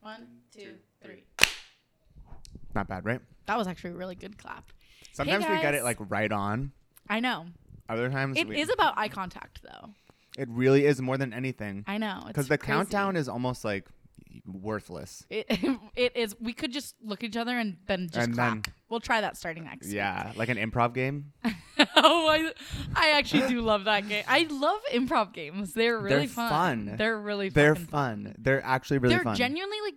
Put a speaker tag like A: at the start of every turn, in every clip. A: One, two, three.
B: Not bad, right?
A: That was actually a really good clap.
B: Sometimes we get
A: guys.
B: it like right on.
A: I know.
B: Other times
A: It
B: we,
A: is about eye contact, though.
B: It really is more than anything
A: I know.
B: because the countdown is almost like worthless.
A: It, it is. We could just look at each other and then just
B: And
A: clap.
B: then-
A: we'll try that starting next.
B: Yeah, like an improv game.
A: oh, I, I actually do love that game. I love improv games. They're really fun.
B: fun.
A: They're really
B: They're
A: fucking
B: fun. They're actually really
A: They're
B: fun.
A: genuinely like.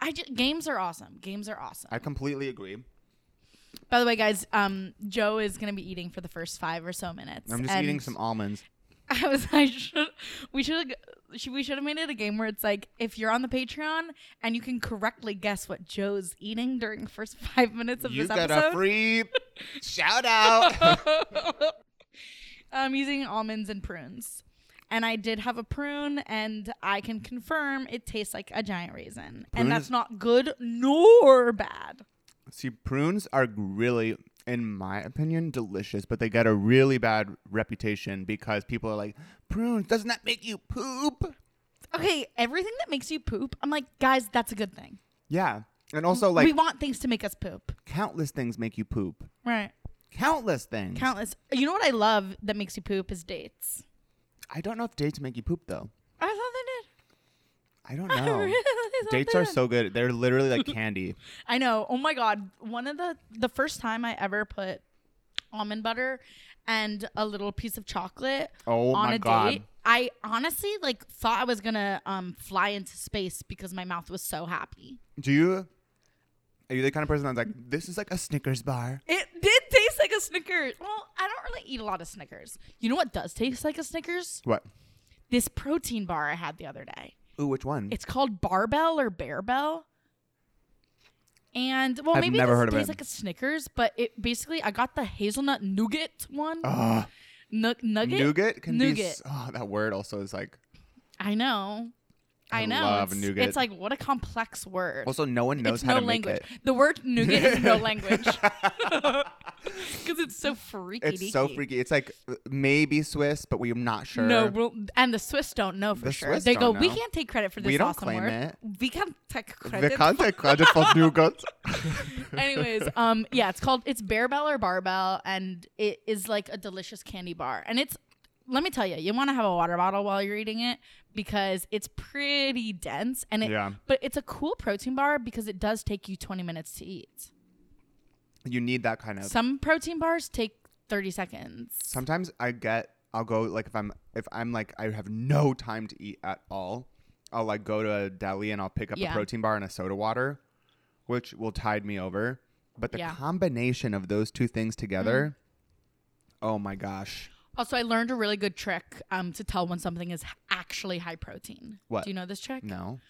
A: I ju- games are awesome. Games are awesome.
B: I completely agree.
A: By the way, guys, um, Joe is gonna be eating for the first five or so minutes.
B: I'm just
A: and
B: eating some almonds.
A: I was. I should. We should. should- We should have made it a game where it's like if you're on the Patreon and you can correctly guess what Joe's eating during the first five minutes of
B: You
A: this
B: got
A: episode.
B: a free shout out.
A: I'm using almonds and prunes. And I did have a prune, and I can confirm it tastes like a giant raisin.
B: Prune
A: and that's
B: is-
A: not good nor bad.
B: See, prunes are really, in my opinion, delicious, but they get a really bad reputation because people are like, prunes, doesn't that make you poop?
A: Okay, everything that makes you poop, I'm like, guys, that's a good thing.
B: Yeah. And also, like,
A: we want things to make us poop.
B: countless things make you poop.
A: Right.
B: Countless things.
A: Countless. You know what I love that makes you poop is dates.
B: I don't know if dates make you poop, though.
A: I thought
B: I don't
A: they did. I
B: know.
A: really thought
B: dates
A: they
B: are
A: did.
B: so good. They're literally like candy.
A: I know. Oh my god. One of the the first time I ever put almond butter and a little piece of chocolate
B: Oh
A: on
B: my
A: a
B: God.
A: date. I honestly like thought I was gonna um fly into space because my mouth was so happy.
B: Do you. Are you the kind of person that's like, this is like a Snickers bar?
A: It did taste like a Snickers. Well, I don't really eat a lot of Snickers. You know what does taste like a Snickers?
B: What?
A: This protein bar I had the other day.
B: Ooh, which one?
A: It's called Barbell or Bearbell. And well,
B: I've
A: maybe
B: never
A: this
B: heard of
A: tastes
B: it.
A: like a Snickers, but it basically I got the hazelnut nougat one.
B: Ugh.
A: Nu- nugget.
B: Oh. Ah, nougat can be.
A: nougat.
B: s- Oh, that word also is like.
A: I know. I,
B: I
A: know.
B: love
A: it's,
B: nougat.
A: It's like what a complex word.
B: Also, no one
A: it's
B: knows how
A: no
B: to
A: language.
B: make it.
A: The word nougat is no language because it's so freaky.
B: It's so
A: deaky.
B: freaky. It's like uh, maybe Swiss, but we're not sure.
A: No, we'll, and the Swiss don't know for
B: The
A: sure.
B: Swiss
A: they go,
B: don't
A: we
B: know.
A: can't take credit for this
B: We don't
A: awesome
B: claim
A: word.
B: it.
A: We can't take
B: we
A: credit.
B: can't take credit for nougat.
A: Anyways, um, yeah, it's called it's Bearbell or Barbell, and it is like a delicious candy bar. And it's let me tell you, you want to have a water bottle while you're eating it because it's pretty dense, and it
B: Yeah.
A: but it's a cool protein bar because it does take you 20 minutes to eat.
B: You need that kind of.
A: Some protein bars take 30 seconds.
B: Sometimes I get. I'll go like if I'm if I'm like I have no time to eat at all. I'll like go to a deli and I'll pick up
A: Yeah.
B: a protein bar and a soda water, which will tide me over. But the
A: Yeah.
B: combination of those two things together,
A: Mm.
B: oh my gosh!
A: Also, I learned a really good trick um, to tell when something is actually high protein.
B: What?
A: Do you know this trick?
B: No,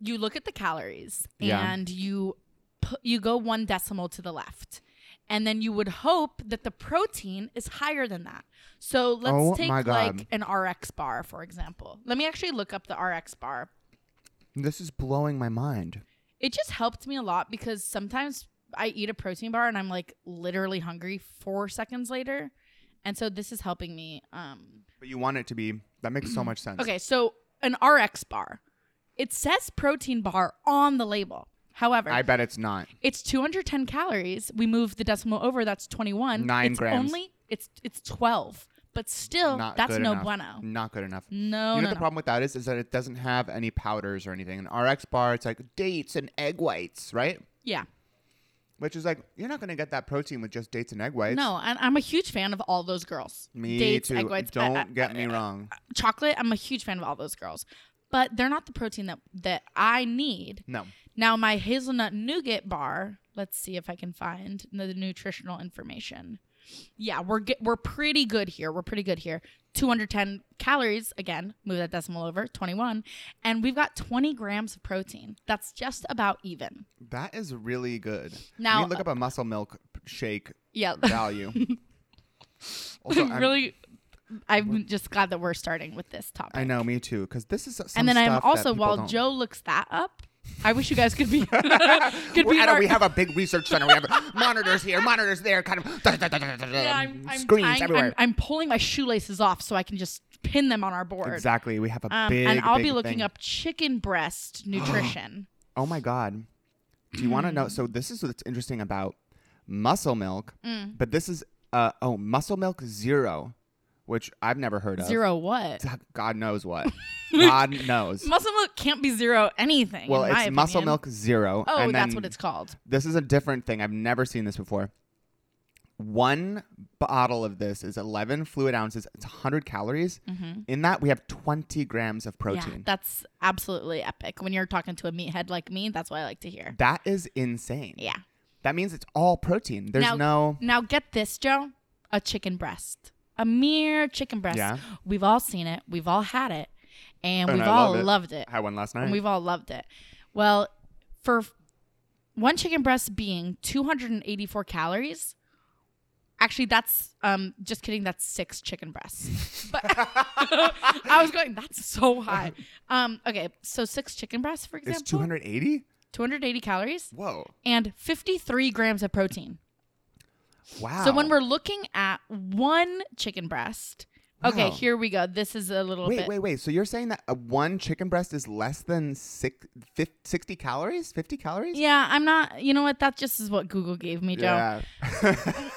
A: You look at the calories
B: Yeah.
A: and you pu- you go one decimal to the left. And then you would hope that the protein is higher than that. So let's
B: Oh
A: take
B: my God.
A: like an RX bar, for example. Let me actually look up the RX bar
B: this is blowing my mind.
A: it just helped me a lot because sometimes I eat a protein bar and I'm like literally hungry four seconds later. And so this is helping me. Um,
B: But you want it to be. That makes so much sense.
A: okay, so an RX bar. It says protein bar on the label. However,
B: I bet it's not.
A: it's 210 calories. We move the decimal over. That's 21.
B: Nine
A: it's
B: grams.
A: Only it's it's 12, but still,
B: Not
A: that's
B: good
A: no
B: enough.
A: bueno.
B: Not good enough.
A: No,
B: you know
A: no,
B: what the
A: no.
B: problem with that is is that it doesn't have any powders or anything. An RX bar, it's like dates and egg whites, right?
A: yeah.
B: Which is like you're not gonna get that protein with just dates and egg whites.
A: No, and I'm a huge fan of all those girls.
B: me
A: Dates,
B: too.
A: egg whites. I-
B: Don't
A: I-
B: get me wrong.
A: chocolate i'm a huge fan of all those girls but they're not the protein that that i need
B: No,
A: now my hazelnut nougat bar let's see if i can find the nutritional information yeah we're get, we're pretty good here we're pretty good here 210 calories again move that decimal over 21 and we've got 20 grams of protein that's just about even
B: that is really good.
A: Now- uh,
B: I mean, look up a muscle milk shake
A: yeah
B: value. also, I'm-
A: really i'm just glad that we're starting with this topic
B: I know, me too, because this is some
A: and then I'm
B: stuff that
A: also
B: people
A: while
B: don't-
A: Joe looks that up, I wish you guys could be could
B: We're
A: be
B: at a-
A: our,
B: we have a big research center. We have monitors here, monitors there, kind of
A: yeah, I'm, I'm
B: Um, screens
A: tying- I'm-
B: everywhere.
A: I'm, pulling my shoelaces off so I can just pin them on our board.
B: Exactly. We have a
A: Um,
B: big.
A: and I'll
B: big
A: be looking
B: thing.
A: up chicken breast nutrition.
B: Oh my god. Do you want to know? So this is what's interesting about muscle milk,
A: Mm.
B: but this is uh oh muscle milk zero, which I've never heard of.
A: Zero what?
B: God knows what. God knows.
A: Muscle milk can't be zero anything.
B: well,
A: in
B: it's
A: my
B: muscle
A: opinion.
B: milk zero.
A: Oh,
B: and
A: that's
B: then
A: what it's called.
B: This is a different thing. I've never seen this before. One bottle of this is 11 fluid ounces. It's 100 calories. In that, we have 20 grams of
A: Mm-hmm. Yeah,
B: protein.
A: that's absolutely epic. When you're talking to a meathead like me, that's what I like to hear.
B: that is insane.
A: Yeah.
B: That means it's all protein. There's
A: now,
B: no.
A: Now get this, Joe. A chicken breast. A mere chicken breast.
B: Yeah.
A: We've all seen it. We've all had it. And,
B: And
A: we've
B: I
A: all
B: love it.
A: loved it.
B: I had one last night.
A: And we've all loved it. Well, for f- one chicken breast being 284 calories, actually, that's um, just kidding. That's six chicken breasts. But I was going, that's so high. Um, okay, so six chicken breasts, for
B: it's
A: example,
B: 280?
A: 280 calories
B: Whoa.
A: and 53 grams of protein.
B: Wow.
A: So when we're looking at one chicken breast, okay,
B: Wow.
A: here we go. This is a little
B: Wait,
A: bit.
B: wait, wait. So you're saying that uh, one chicken breast is less than six, fif- 60 calories? 50 calories?
A: Yeah, I'm not. You know what? That just is what Google gave me, Joe.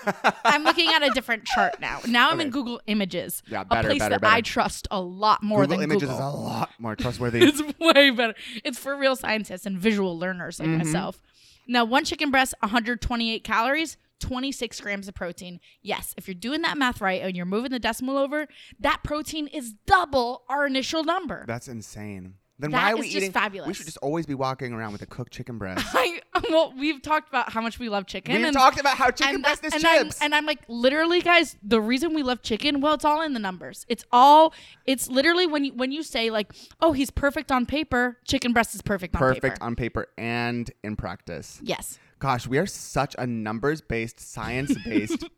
B: Yeah.
A: I'm looking at a different chart now. Now I'm in
B: Okay.
A: Google Images.
B: Yeah,
A: a
B: better,
A: place
B: better,
A: that
B: better.
A: I trust a lot more
B: Google
A: than
B: Images
A: Google.
B: is a lot more trustworthy.
A: It's way better. It's for real scientists and visual learners like
B: Mm-hmm.
A: myself. Now, one chicken breast, 128 calories, 26 grams of protein. Yes, if you're doing that math right and you're moving the decimal over, that protein is double our initial number.
B: That's insane. Then
A: That
B: why are we
A: is just
B: eating? We
A: fabulous.
B: should just always be walking around with a cooked chicken breast.
A: I, well, we've talked about how much we love chicken.
B: We've
A: and-
B: talked about how chicken
A: that-
B: breast is
A: and
B: chips.
A: I'm, and I'm like, literally, guys, the reason we love chicken, well, it's all in the numbers. It's all, it's literally when you when you say like, oh, he's perfect on paper. Chicken breast is perfect. On
B: Perfect
A: paper.
B: on paper and in practice.
A: yes.
B: Gosh, we are such a numbers-based, science-based,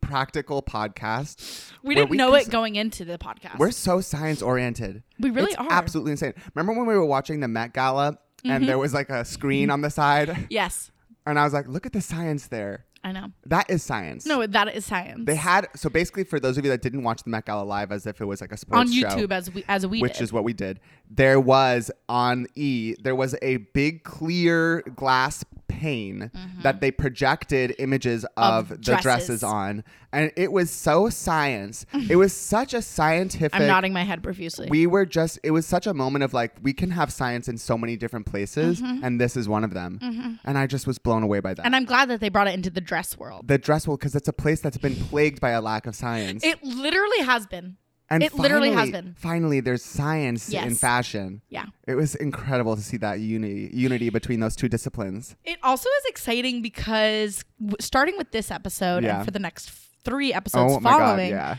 B: practical podcast.
A: We
B: where
A: didn't know
B: can
A: it going into the podcast.
B: We're so science oriented.
A: We really are. Mm-hmm.
B: Absolutely insane. Remember when we were watching the Met Gala and there was like a screen on the side,
A: yes,
B: and I was like, "Look at the science there.
A: I know.
B: That is science."
A: No, that is science.
B: they had so basically for those of you that didn't watch the Met Gala live as if it was like a sports
A: on
B: show,
A: YouTube as we as we
B: which
A: did.
B: is what we did. There was on E, there was a big clear glass pane that they projected images
A: Mm-hmm. Of
B: of, the
A: dresses.
B: dresses on, and it was so science. it was such a scientific.
A: I'm nodding my head profusely.
B: we were just it was such a moment of like we can have science in so many different places and this is one of them and i just was blown away by that
A: Mm-hmm. and I'm glad that they brought it into the dress world.
B: the dress will because it's a place that's been plagued by a lack of science
A: It literally has been.
B: and
A: it literally has
B: finally-
A: been.
B: finally there's science in
A: Yes.
B: fashion
A: Yeah.
B: it was incredible to see that unity unity between those two disciplines.
A: It also is exciting because w- starting with this episode
B: Yeah.
A: and for the next three episodes
B: oh my
A: following,
B: god, yeah.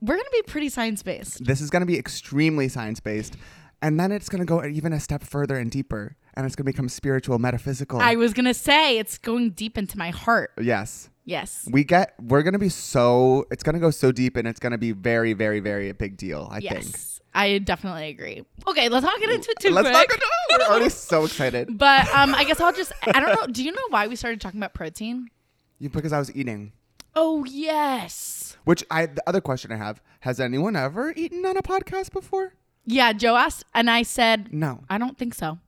A: we're going to be pretty science based.
B: This is going to be extremely science based and then it's going to go even a step further and deeper and it's going to become spiritual metaphysical.
A: I was going to say it's going deep into my heart.
B: yes.
A: Yes.
B: We get we're going to be so it's going to go so deep and it's going to be very very very a big deal, I think.
A: Yes. I definitely agree. Okay, let's not get into it too
B: Let's
A: quick.
B: not go We're already so excited
A: but um, I guess I'll just, I don't know. Do you know why we started talking about protein?
B: You- because I was eating.
A: Oh, yes.
B: Which I the other question I have, has anyone ever eaten on a podcast before?
A: Yeah, Joe asked, and I said,
B: No.
A: I don't think so.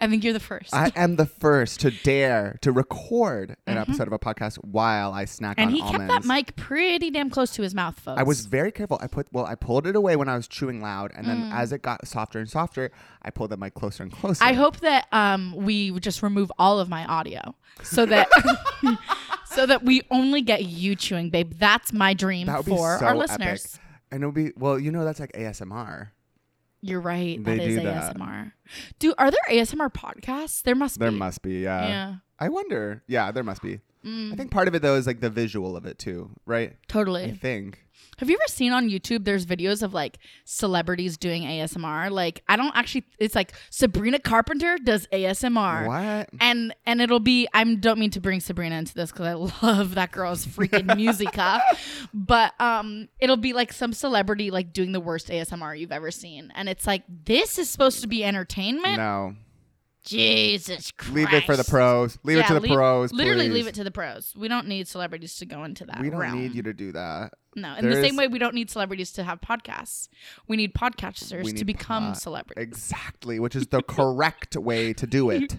A: I think you're the first.
B: I am the first to dare to record an episode of a podcast while I snack
A: Mm-hmm. and
B: on
A: he
B: almonds.
A: kept that mic pretty damn close to his mouth, folks.
B: I was very careful. I put well, I pulled it away when I was chewing loud, and then
A: Mm.
B: as it got softer and softer, I pulled the mic closer and closer.
A: I hope that um, we would just remove all of my audio so that so that we only get you chewing, babe. That's my dream
B: that would
A: for
B: be so
A: our listeners.
B: epic. And it'll be well, you know, that's like ASMR.
A: You're right.
B: They
A: that is
B: do that.
A: ASMR. Do are there ASMR podcasts? There must
B: There
A: be.
B: must be, yeah.
A: Yeah. Mm.
B: I wonder. Yeah, there must be. I think part of it though is like the visual of it too, right? I
A: Totally.
B: think.
A: Have you ever seen on YouTube there's videos of like celebrities doing ASMR? Like I don't actually it's like Sabrina Carpenter does ASMR.
B: What?
A: and and it'll be I don't mean to bring Sabrina into this because I love that girl's freaking musica, but um, it'll be like some celebrity like doing the worst ASMR you've ever seen, and it's like this is supposed to be entertainment.
B: No.
A: Jesus Christ.
B: Leave it for the pros. Leave it
A: Yeah,
B: to the
A: leave-
B: pros.
A: Literally leave
B: please.
A: it to the pros. We don't need celebrities to go into that.
B: We don't
A: realm.
B: need you to do that.
A: No, in the
B: there
A: same
B: is-
A: way we don't need celebrities to have podcasts. We need podcasters
B: We
A: to
B: need
A: become
B: pod-
A: celebrities.
B: Exactly, which is the correct way to do it.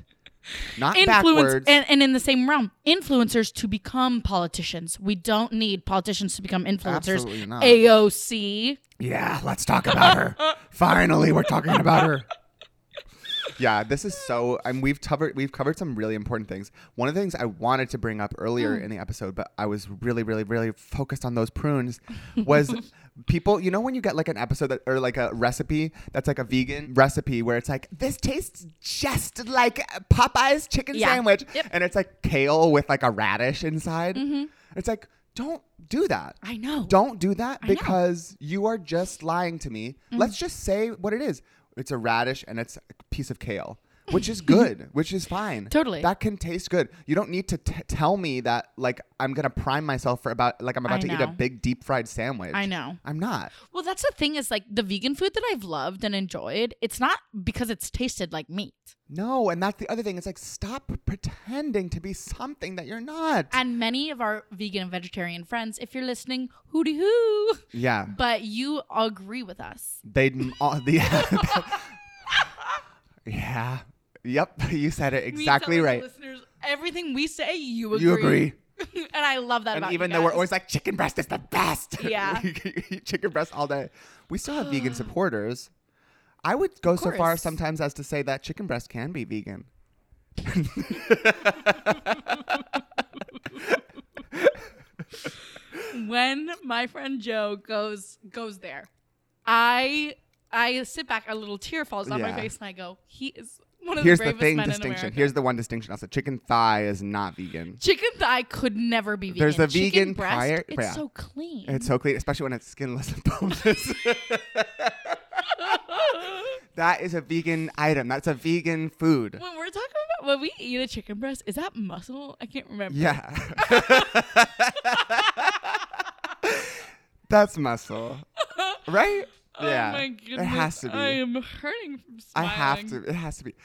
B: Not
A: Influence
B: backwards.
A: and, and in the same realm, influencers to become politicians. We don't need politicians to become influencers.
B: Absolutely not.
A: AOC.
B: yeah, let's talk about her. Finally, we're talking about her. Yeah, this is so. I mean, we've covered we've covered some really important things. One of the things I wanted to bring up
A: Mm.
B: earlier in the episode, but I was really, really, really focused on those prunes, was people. You know, when you get like an episode that or like a recipe that's like a vegan recipe where it's like this tastes just like Popeye's chicken
A: Yeah.
B: sandwich,
A: Yep. Mm-hmm.
B: and it's like kale with like a radish inside. It's like don't do that
A: I know.
B: don't do that
A: know. Mm-hmm.
B: because you are just lying to me. Let's just say what it is. It's a radish and it's a piece of kale, which is good, which is fine.
A: Totally.
B: That can taste good. You don't need to t- tell me that like I'm going to prime myself for about like I'm about
A: I
B: to eat a
A: know.
B: big deep fried sandwich.
A: I know.
B: I'm not.
A: Well, that's the thing is like the vegan food that I've loved and enjoyed, it's not because it's tasted like meat.
B: No, and that's the other thing. It's like stop pretending to be something that you're not.
A: And many of our vegan and vegetarian friends, if you're listening, hooty hoo.
B: yeah.
A: But you agree with us.
B: They all the Yeah. Yep, you said it
A: Me
B: exactly
A: telling
B: right.
A: Listeners, everything we say, you agree.
B: You agree.
A: and I love that about
B: and
A: you
B: even though we're
A: guys.
B: always like chicken breast is the best
A: Yeah.
B: We can eat chicken breast all day we still have vegan supporters i would go so far
A: course.
B: sometimes as to say that chicken breast can be vegan
A: when my friend Joe goes goes there, I I sit back, a little tear falls down
B: Yeah.
A: my face, and I go, he is one of
B: here's
A: the
B: the
A: bravest
B: thing
A: men in
B: distinction
A: America.
B: here's the one distinction also chicken thigh is not vegan
A: Chicken thigh could never be vegan.
B: There's a
A: Chicken
B: vegan
A: breast.
B: prior-
A: it's
B: yeah.
A: so clean.
B: it's so clean especially when it's skinless and boneless that is a vegan item that's a vegan food
A: when we're talking about when we eat a chicken breast, is that muscle? I can't remember.
B: yeah that's muscle right yeah
A: Oh my goodness.
B: it has to be
A: I am hurting from
B: I
A: smiling.
B: have to. It has to be.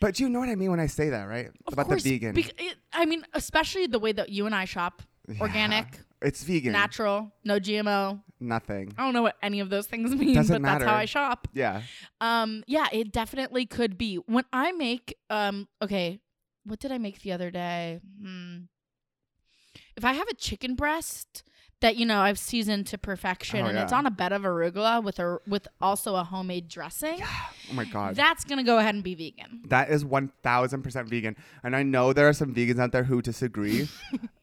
B: But you know what I mean when I say that, right?
A: Of
B: About
A: course,
B: the vegan.
A: bec- it- I mean, especially the way that you and I shop.
B: Yeah.
A: Organic,
B: It's vegan.
A: natural, no GMO.
B: Nothing.
A: I don't know what any of those things mean,
B: Doesn't
A: but that's how
B: matter.
A: I shop.
B: Yeah.
A: Um, yeah, it definitely could be. When I make, um, okay, what did I make the other day? Hmm. If I have a chicken breast that you know I've seasoned to perfection
B: Oh,
A: and it's
B: yeah.
A: on a bed of arugula with a with also a homemade dressing,
B: Oh my god.
A: that's gonna go ahead and be vegan.
B: that is one thousand percent vegan. And I know there are some vegans out there who disagree,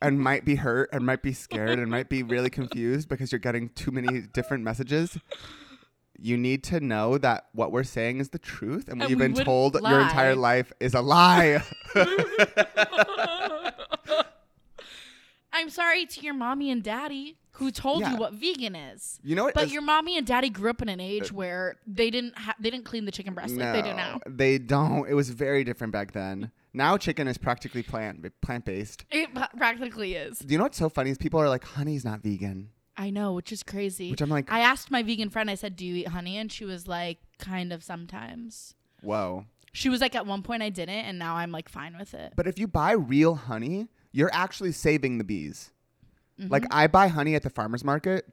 B: and might be hurt, and might be scared, and might be really confused because you're getting too many different messages. You need to know that what we're saying is the truth, and
A: And
B: what you've
A: we
B: been
A: wouldn't
B: told your entire
A: lie.
B: life is a lie.
A: I'm sorry to your mommy and daddy who told
B: Yeah.
A: you what vegan is.
B: you know what?
A: But
B: is-
A: your mommy and daddy grew up in an age where they didn't ha- they didn't clean the chicken breast like they do now.
B: They don't. It was very different back then. Now chicken is practically plant plant based.
A: It p- practically is.
B: Do you know what's so funny is people are like, "Honey's not vegan,"
A: I know, which is crazy.
B: which I'm like,
A: I asked my vegan friend. I said, "Do you eat honey?" And she was like, "Kind of sometimes."
B: "Whoa!"
A: She was like, "At one point I didn't, and now I'm like fine with it."
B: But if you buy real honey, you're actually saving the bees.
A: Mm-hmm.
B: Like I buy honey at the farmers market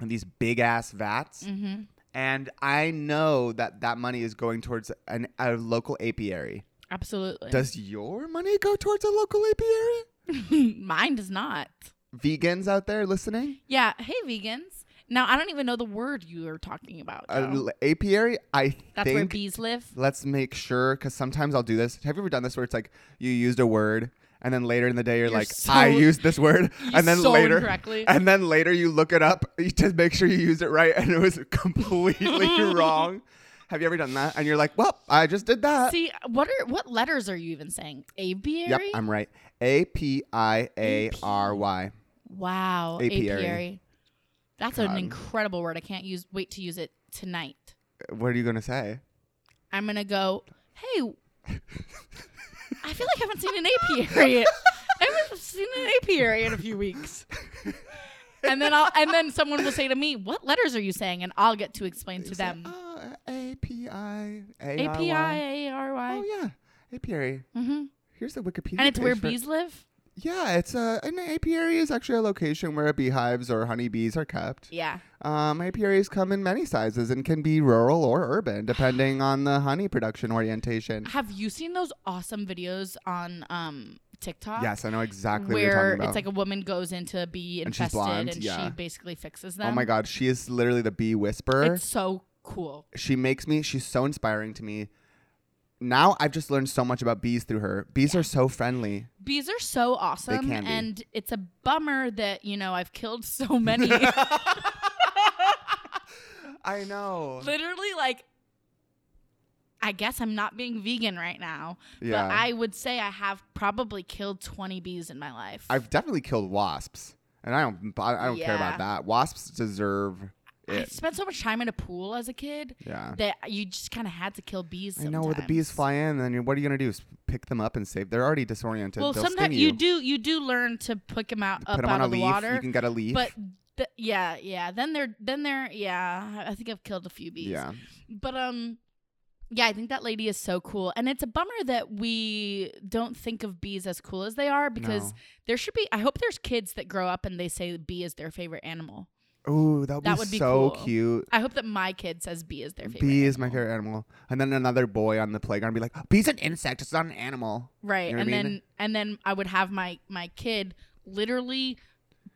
B: in these big ass vats,
A: Mm. Mm-hmm.
B: and I know that that money is going towards an, a local apiary.
A: Absolutely,
B: Does your money go towards a local apiary?
A: mine does not.
B: Vegans out there listening,
A: Yeah. Hey, vegans. Now I don't even know the word you were talking about.
B: a
A: though.
B: l- apiary. I
A: That's where
B: think
A: bees live.
B: let's make sure because sometimes I'll do this. Have you ever done this where it's like you used a word and then later in the day you're,
A: You're
B: like,
A: so-
B: I used this word, and then
A: so
B: later,
A: incorrectly.
B: and then later you look it up to make sure you used it right, and it was completely wrong. Have you ever done that? And you're like, well, I just did that.
A: See, what are what letters are you even saying? Apiary.
B: Uh, yep, I'm right. A P I A R Y.
A: wow.
B: Apiary.
A: Apiary. That's an
B: God.
A: incredible word. I can't use. Wait to use it tonight.
B: What are you gonna say?
A: I'm gonna go, hey, I feel like I haven't seen an apiary. I haven't seen an apiary in a few weeks. And then I'll and then someone will say to me, What letters are you saying? And I'll get to explain to them.
B: Uh, A P A-I,
A: A P I
B: A-R-Y.
A: A R Y.
B: Oh, yeah. Apiary.
A: Mhm.
B: Here's the Wikipedia.
A: And it's where
B: page for-
A: bees live?
B: Yeah, it's a an apiary is actually a location where beehives or honeybees are kept.
A: Yeah.
B: Um, apiaries come in many sizes and can be rural or urban depending on the honey production orientation.
A: Have you seen those awesome videos on um TikTok?
B: Yes, I know exactly what you're
A: Where
B: talking about.
A: it's like a woman goes into a bee
B: And she's
A: infested and,
B: blonde, yeah.
A: she basically fixes them.
B: oh my god, she is literally the bee whisperer.
A: It's so cool.
B: she makes me she's so inspiring to me. Now I've just learned so much about bees through her. Bees are so friendly.
A: Bees are so awesome
B: can be.
A: and it's a bummer that, you know, I've killed so many.
B: I know.
A: Literally like I guess I'm not being vegan right now,
B: Yeah.
A: but I would say I have probably killed 20 bees in my life.
B: I've definitely killed wasps, and I don't. I I don't care
A: Yeah.
B: about that. Wasps deserve
A: I
B: it.
A: spent so much time in a pool as a kid
B: yeah.
A: that you just kind of had to kill bees.
B: Uh. I know where the bees
A: sometimes.
B: fly in, and then what are you gonna do? S- Pick them up and save? They're already disoriented.
A: Well,
B: They'll sting
A: sometimes
B: you.
A: you. do you do learn to pick them out
B: Put
A: up
B: them
A: out
B: on a
A: of the
B: leaf.
A: water,
B: You can get a leaf.
A: but th- yeah, yeah. Then they're then they're yeah. I think I've killed a few bees.
B: yeah,
A: But um, yeah. I think that lady is so cool, and it's a bummer that we don't think of bees as cool as they are because
B: No.
A: there should be. I hope there's kids that grow up and they say bee is their favorite animal.
B: Ooh, that would
A: That
B: be
A: would be
B: so
A: cool.
B: cute.
A: I hope that my kid says bee is their favorite.
B: Bee is my
A: animal.
B: favorite animal. And then another boy on the playground would be like, "Bee's an insect. It's not an animal."
A: Right.
B: You know
A: and
B: what I mean?
A: then and then I would have my my kid literally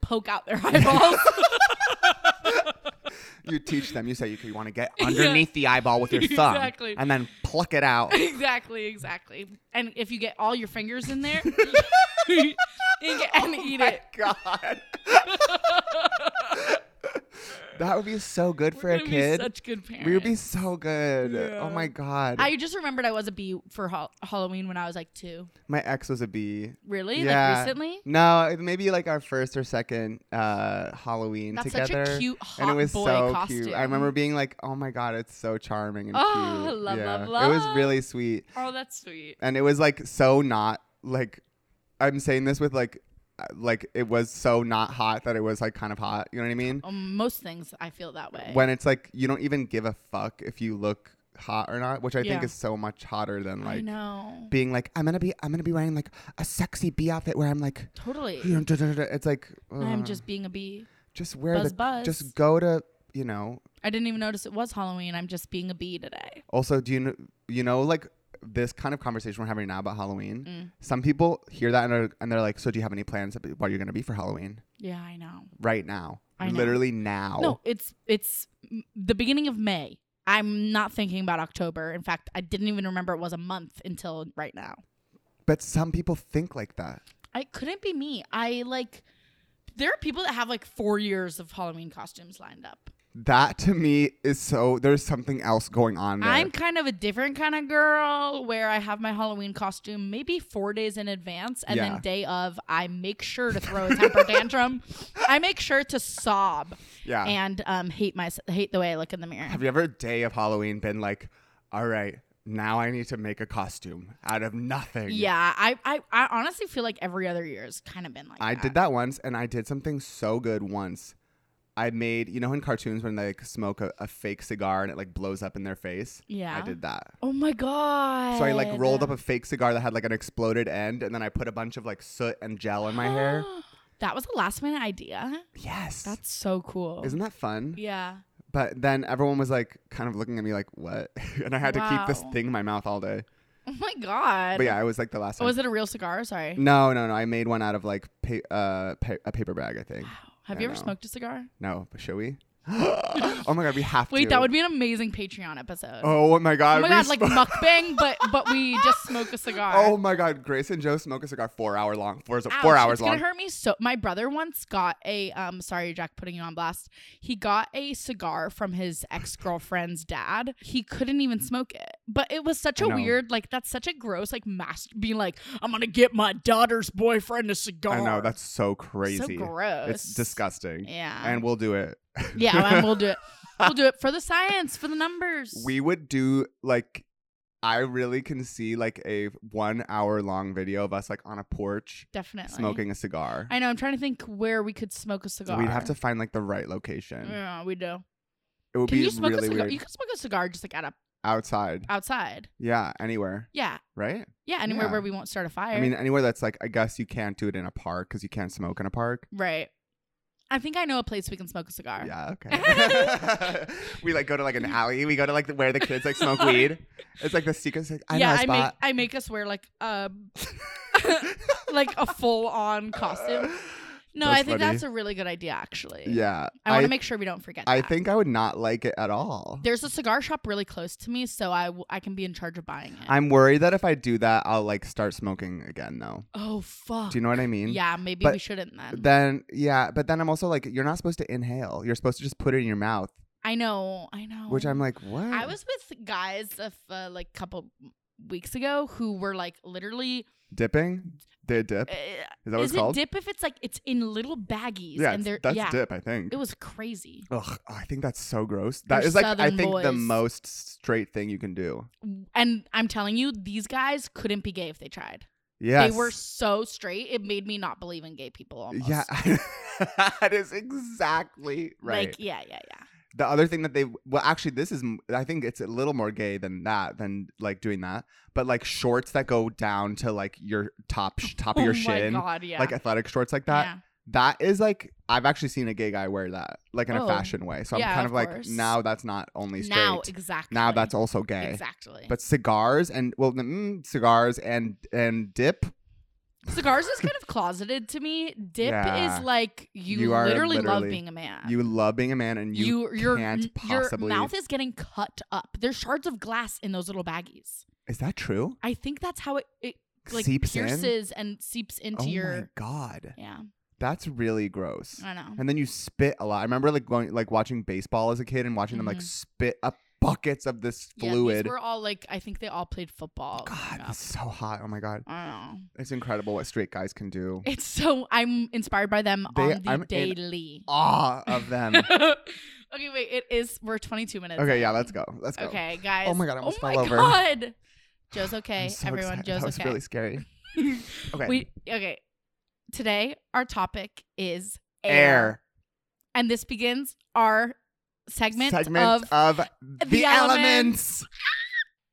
A: poke out their eyeballs.
B: You teach them. You say you, want to get
A: Yeah.
B: underneath the eyeball with your thumb,
A: Exactly.
B: and then pluck it out.
A: exactly, exactly. And if you get all your fingers in there you get- and eat
B: my
A: it.
B: God. that would be so good for
A: We're
B: a
A: gonna
B: kid.
A: Be such good parents.
B: we would be so good. Oh
A: Yeah.
B: my God.
A: I just remembered I was a bee for ha- Halloween when I was like two.
B: my ex was a bee.
A: Really?
B: Yeah.
A: Like recently?
B: No, maybe like our first or second uh, Halloween
A: That's such a
B: together.
A: cute
B: and
A: hot
B: it was
A: boy
B: so
A: costume.
B: cute. I remember being like, "Oh my god, it's so charming and
A: Oh,
B: cute."
A: love,
B: yeah.
A: love,
B: It was
A: love.
B: really sweet.
A: Oh, that's sweet.
B: and it was like so not like I'm saying this with like uh, like it was so not hot that it was like kind of hot. You know what I mean?
A: Um, most things I feel that way.
B: When it's like you don't even give a fuck if you look hot or not, which I think
A: Yeah.
B: is so much hotter than
A: I
B: like
A: know.
B: being like I'm gonna be I'm gonna be wearing like a sexy bee outfit where I'm like
A: Totally.
B: you know, duh, duh, duh, duh. it's like
A: I'm
B: ugh.
A: just being a bee.
B: just wear
A: buzz,
B: the
A: buzz.
B: just go to you know.
A: I didn't even notice it was Halloween. I'm just being a bee today.
B: Also, do you know you know like this kind of conversation we're having now about Halloween?
A: Mm.
B: Some people hear that and, are, and they're like, so do you have any plans about what you're gonna be for Halloween?
A: Yeah, I know.
B: right now.
A: I know.
B: Literally now.
A: No, it's it's m- the beginning of May. I'm not thinking about October. In fact, I didn't even remember it was a month until right now.
B: But some people think like that.
A: I couldn't be me. I like there are people that have like 4 years of Halloween costumes lined up.
B: That to me is so there's something else going on there.
A: I'm kind of a different kind of girl where I have my Halloween costume maybe four days in advance, and
B: Yeah.
A: then day of, I make sure to throw a temper tantrum. I make sure to sob
B: Yeah.
A: and um, hate my hate the way I look in the mirror.
B: Have you ever a day of Halloween been like, all right, now I need to make a costume out of nothing?
A: yeah, I, I I honestly feel like every other year has kind of been like
B: I
A: that.
B: did that once and I did something so good once. I made you know in cartoons when they like smoke a, a fake cigar and it like blows up in their face?
A: Yeah.
B: I did that.
A: Oh my god!
B: So I like rolled up a fake cigar that had like an exploded end and then I put a bunch of like soot and gel in my hair.
A: That was a last minute idea.
B: Yes.
A: That's so cool.
B: Isn't that fun?
A: yeah.
B: But then everyone was like kind of looking at me like, what? and I had to keep this
A: Wow.
B: thing in my mouth all day.
A: Oh my god.
B: But yeah, Mm, I was like the last
A: Oh,
B: time.
A: was it a real cigar? Sorry.
B: no, no, no. I made one out of like pa- uh, pa- a paper bag, I think.
A: Have
B: I
A: you ever
B: know.
A: smoked a cigar?
B: No, but should we? oh my God, we have to.
A: Wait, that would be an amazing Patreon episode. Oh,
B: Oh my God.
A: my
B: we
A: god, like
B: smo-
A: mukbang, but but we just smoke a cigar.
B: Oh my God, Grace and Joe smoke a cigar four hour long, four,
A: Ouch,
B: four hours
A: it's
B: long.
A: gonna hurt me so. My brother once got a um. Sorry, Jack, putting you on blast. He got a cigar from his ex girlfriend's dad. He couldn't even smoke it, but it was such
B: I
A: a
B: know.
A: weird, like that's such a gross, like master being like, I'm gonna get my daughter's boyfriend a cigar.
B: I know that's so crazy.
A: so gross.
B: It's disgusting.
A: Yeah,
B: And we'll do it.
A: yeah, and we'll do it. We'll do it for the science, for the numbers.
B: we would do like I really can see like a one hour long video of us like on a porch
A: definitely
B: smoking a cigar.
A: I know. I'm trying to think where we could smoke a cigar.
B: We'd have to find like the right location.
A: Yeah, we do.
B: It would
A: Can
B: be
A: you Uh smoke
B: really
A: a cigar?
B: weird.
A: You can smoke a cigar just like at a
B: outside.
A: outside.
B: Yeah, anywhere,
A: Yeah.
B: right?
A: Yeah. Anywhere
B: Yeah.
A: where we won't start a fire.
B: I mean, anywhere that's like, I guess you can't do it in a park because you can't smoke in a park.
A: right. I think I know a place we can smoke a cigar.
B: Yeah, okay. we like go to like an alley. We go to like the, where the kids like smoke weed. It's like the secret. Like, I
A: yeah,
B: know a
A: I make
B: spot.
A: I make us wear like a like a full on costume. No,
B: That's
A: I think
B: funny.
A: that's a really good idea actually.
B: Yeah,
A: I want
B: I,
A: to make sure we don't forget
B: I
A: that.
B: think I would not like it at all.
A: there's a cigar shop really close to me, so I, w- I can be in charge of buying it.
B: I'm worried that if I do that, I'll like start smoking again. Though,
A: oh fuck.
B: do you know what I mean?
A: yeah, maybe
B: But
A: we shouldn't then.
B: Then yeah, but then I'm also like, you're not supposed to inhale. You're supposed to just put it in your mouth,
A: I know, I know.
B: which I'm like, what?
A: Oh. I was with guys a f- uh, like couple weeks ago who were like literally.
B: dipping. Did dip?
A: Uh,
B: Is that what
A: is
B: it's
A: it
B: called?
A: dip if it's like it's in little baggies
B: yeah,
A: and
B: it's-
A: they're
B: that's
A: yeah.
B: dip. I think.
A: It was crazy.
B: Ugh, I think that's so gross. That
A: They're
B: is like I
A: Southern
B: think the
A: boys.
B: most straight thing you can do.
A: And I'm telling you, these guys couldn't be gay if they tried.
B: Yes.
A: They were so straight. It made me not believe in gay people almost.
B: Yeah, that is exactly right.
A: Like, yeah, yeah, yeah.
B: the other thing that they well, actually, this is m- I think it's a little more gay than that than like doing that, but like shorts that go down to like your top sh- top of your
A: oh
B: shin,
A: my god, yeah.
B: like athletic shorts like that.
A: Yeah.
B: That is like I've actually seen a gay guy wear that like in a
A: Oh.
B: fashion way. So I'm
A: Yeah,
B: kind
A: of
B: of like
A: course.
B: now that's not only straight.
A: Now, exactly.
B: Now that's also gay.
A: Exactly.
B: But cigars and well, mm, cigars and and dip.
A: Uh, Cigars is kind of closeted to me. Dip
B: Yeah.
A: is like you,
B: You are
A: literally, love
B: literally-
A: being a man.
B: You love being a man, and you,
A: your-
B: can't
A: n-
B: possibly-
A: Your mouth is getting cut up. There's shards of glass in those little baggies.
B: is that true?
A: I think that's how it, it like
B: Seeps in?
A: pierces and seeps into
B: oh
A: your. Uh-huh.
B: my god,
A: Yeah,
B: that's really gross.
A: I know.
B: And then you spit a lot. I remember like going like watching baseball as a kid and watching them like
A: Mhm.
B: spit up buckets of this
A: Yeah,
B: fluid.
A: these were all like I think they all played football.
B: god,
A: growing up.
B: it's so hot. Oh my god,
A: I don't know.
B: it's incredible what straight guys can do.
A: It's so I'm inspired by them
B: They-
A: on the
B: I'm in-
A: daily.
B: Awe of them.
A: okay, wait. It is. We're 22 minutes.
B: okay, yeah,
A: in.
B: let's go. Let's go.
A: Okay, guys.
B: my God, I almost
A: oh my
B: fell over.
A: God. Joe's okay.
B: I'm so
A: Everyone,
B: excited.
A: Joe's
B: that was
A: okay.
B: really scary. Okay,
A: We okay. Today our topic is air,
B: air
A: and this begins our segment,
B: segment
A: of
B: of, the
A: the
B: elements.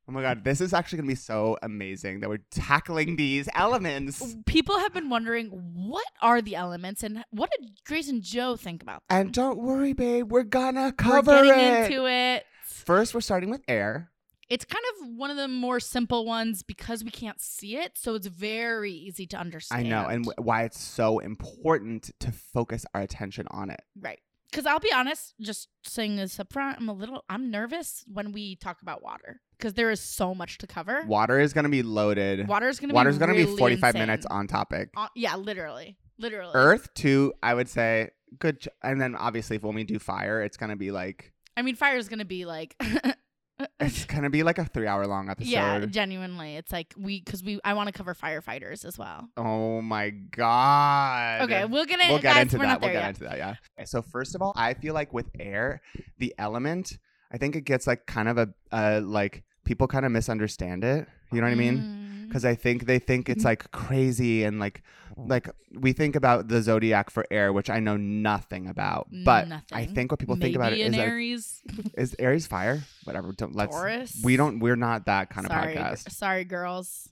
B: oh my god, this is actually gonna be so amazing that we're tackling these elements.
A: people have been wondering what are the elements and what did Grace and Joe think about them?
B: And don't worry, babe, we're gonna
A: We're
B: cover
A: getting
B: it.
A: into it.
B: First, we're starting with air.
A: It's kind of one of the more simple ones because we can't see it, so it's very easy to
B: I
A: understand.
B: know, and w- why it's so important to focus our attention on it.
A: Right. Because I'll be honest, just saying this up front, I'm a little, I'm nervous when we talk about water because there is so much to cover.
B: Water is gonna be loaded.
A: Water is going to be
B: Water's gonna be
A: really
B: 45
A: insane.
B: minutes on topic.
A: Uh, yeah, literally, literally.
B: Earth, two, I would say, good. ch- and then obviously, if when we do fire, it's gonna be like
A: I mean, fire is going to be like,
B: it's gonna be like a three-hour-long episode.
A: yeah, genuinely, it's like we because we I want to cover firefighters as well.
B: Oh my god.
A: Okay, we'll get, in,
B: we'll get
A: guys,
B: into
A: we're
B: that.
A: Not
B: We'll
A: there
B: get
A: yet.
B: into that. Yeah. Okay, so first of all, I feel like with air, the element, I think it gets like kind of a uh, like people kind of misunderstand it. You know what I mean?
A: Mm.
B: because I think they think it's
A: Mhm.
B: like crazy and like like we think about the zodiac for air, which I know nothing about. But I
A: Nothing.
B: think what people
A: Maybe
B: think about it
A: an
B: is that
A: Aries,
B: is Aries fire, whatever. Don't let's
A: Taurus.
B: we don't we're not that kind
A: sorry,
B: of
A: gir-
B: podcast.
A: Sorry, girls.